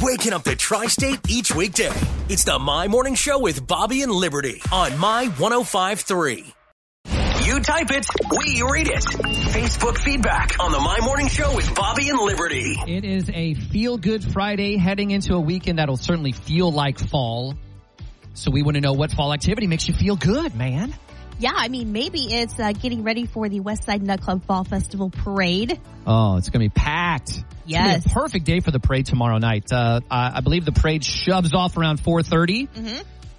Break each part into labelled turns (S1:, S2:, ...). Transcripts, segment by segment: S1: waking up the tri state each weekday. It's the My Morning Show with Bobby and Liberty on My 1053. You type it, we read it. Facebook feedback on the My Morning Show with Bobby and Liberty.
S2: It is a feel good Friday heading into a weekend that'll certainly feel like fall. So we want to know what fall activity makes you feel good, man.
S3: Yeah, I mean, maybe it's uh, getting ready for the West Side Nut Club Fall Festival Parade.
S2: Oh, it's going to be packed.
S3: Yes.
S2: It's gonna be a perfect day for the parade tomorrow night. Uh, I I believe the parade shoves off around 4.30.
S3: Mm-hmm.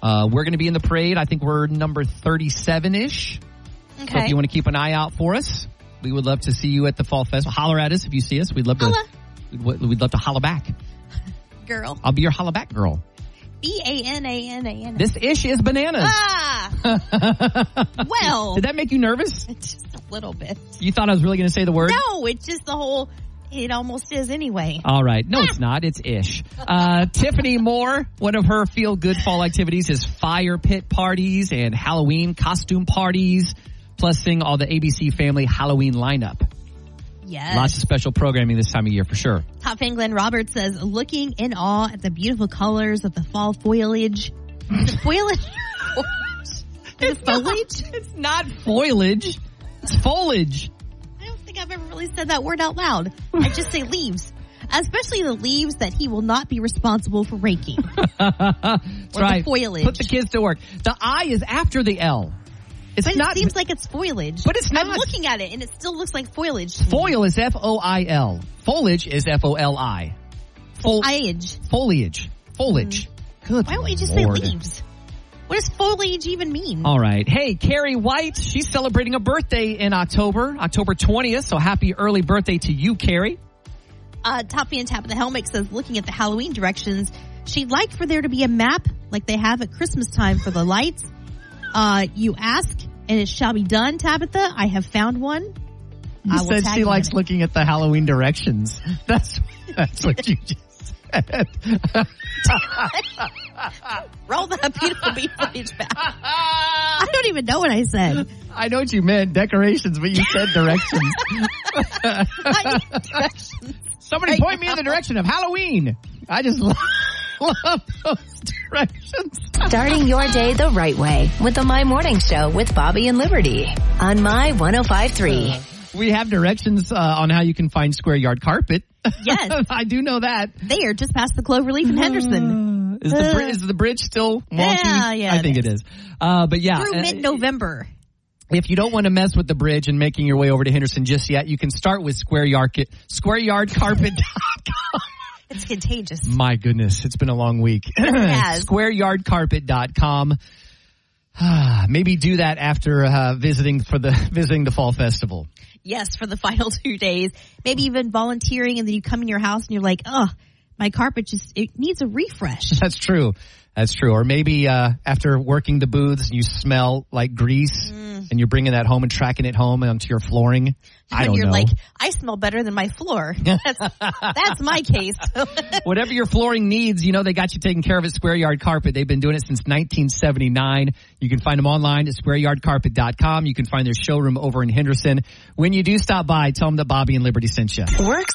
S2: Uh, we're going to be in the parade. I think we're number 37-ish. So if
S3: Okay.
S2: you want to keep an eye out for us, we would love to see you at the Fall Festival. Holler at us if you see us. We'd love to.
S3: Holla.
S2: We'd we'd love to holla back.
S3: Girl.
S2: I'll be your holla back girl.
S3: B A N A N A N.
S2: This ish is bananas.
S3: Ah! well,
S2: Did that make you nervous?
S3: just a little bit.
S2: You thought I was really going to say the word?
S3: No, it's just the whole, it almost is anyway.
S2: All right. No, it's not. It's ish. Uh, Tiffany Moore, one of her feel good fall activities is fire pit parties and Halloween costume parties, plus sing all the ABC family Halloween lineup.
S3: Yes.
S2: Lots of special programming this time of year for sure.
S3: Top fan Glenn Roberts says, looking in awe at the beautiful colors of the fall foliage. The foliage. the foliage?
S2: It's not foliage. It's foliage.
S3: I don't think I've ever really said that word out loud. I just say leaves. Especially the leaves that he will not be responsible for raking.
S2: That's
S3: the
S2: right.
S3: foliage.
S2: Put the kids to work. The I is after the L. It's
S3: But
S2: not.
S3: it seems like it's foliage.
S2: but it's
S3: I'm
S2: not.
S3: looking at it and it still looks like foliage.
S2: Foil is F O I L. Foliage is F O L I. Fol-
S3: Foliage.
S2: foliage. Foliage. Good.
S3: Mm. Why don't we just
S2: Lord.
S3: say leaves? What does foliage even mean?
S2: All right. Hey, Carrie White, she's celebrating a birthday in October, October 20th. So happy early birthday to you, Carrie.
S3: Uh, Top fan Tap of the Helmet says, looking at the Halloween directions, she'd like for there to be a map like they have at Christmas time for the lights. Uh, you ask and it shall be done, Tabitha. I have found one. I will tag you on it.
S2: looking at the Halloween directions. That's that's what you just said.
S3: Roll that beautiful beef footage back. I don't even know what I said.
S2: I know what you meant, decorations, but you said directions.
S3: I need directions.
S2: Somebody point me in the direction of Halloween. I just love, love those directions.
S4: Starting your day the right way with the My Morning Show with Bobby and Liberty on My 1053.
S2: We have directions uh, on how you can find square yard carpet.
S3: Yes.
S2: I do know that.
S3: There, just past the Cloverleaf in Henderson.
S2: Is the
S3: Uh.
S2: bri- is the bridge still wonky?
S3: Yeah, yeah,
S2: I think it
S3: it
S2: is. Uh, but yeah,
S3: Through
S2: uh,
S3: mid November.
S2: if you don't want to mess with the bridge and making your way over to Henderson just yet, you can start with square yard squareyardcarpet.com.
S3: It's contagious.
S2: My goodness, it's been a long week.
S3: has.
S2: squareyardcarpet.com. Maybe do that after uh, visiting for the visiting the fall festival.
S3: Yes, for the final two days. Maybe even volunteering and then you come in your house and you're like, oh, my carpet just, it needs a refresh.
S2: That's true. That's true. Or maybe uh, after working the booths, you smell like grease, and you're bringing that home and tracking it home onto your flooring. I
S3: when
S2: don't
S3: you're
S2: know.
S3: Mm. like, I smell better than my floor. That's, that's my case.
S2: Whatever your flooring needs, you know they got you taken care of at Square Yard Carpet. They've been doing it since 1979. You can find them online at squareyardcarpet.com. You can find their showroom over in Henderson. When you do stop by, tell them that Bobby and Liberty sent you.
S4: Works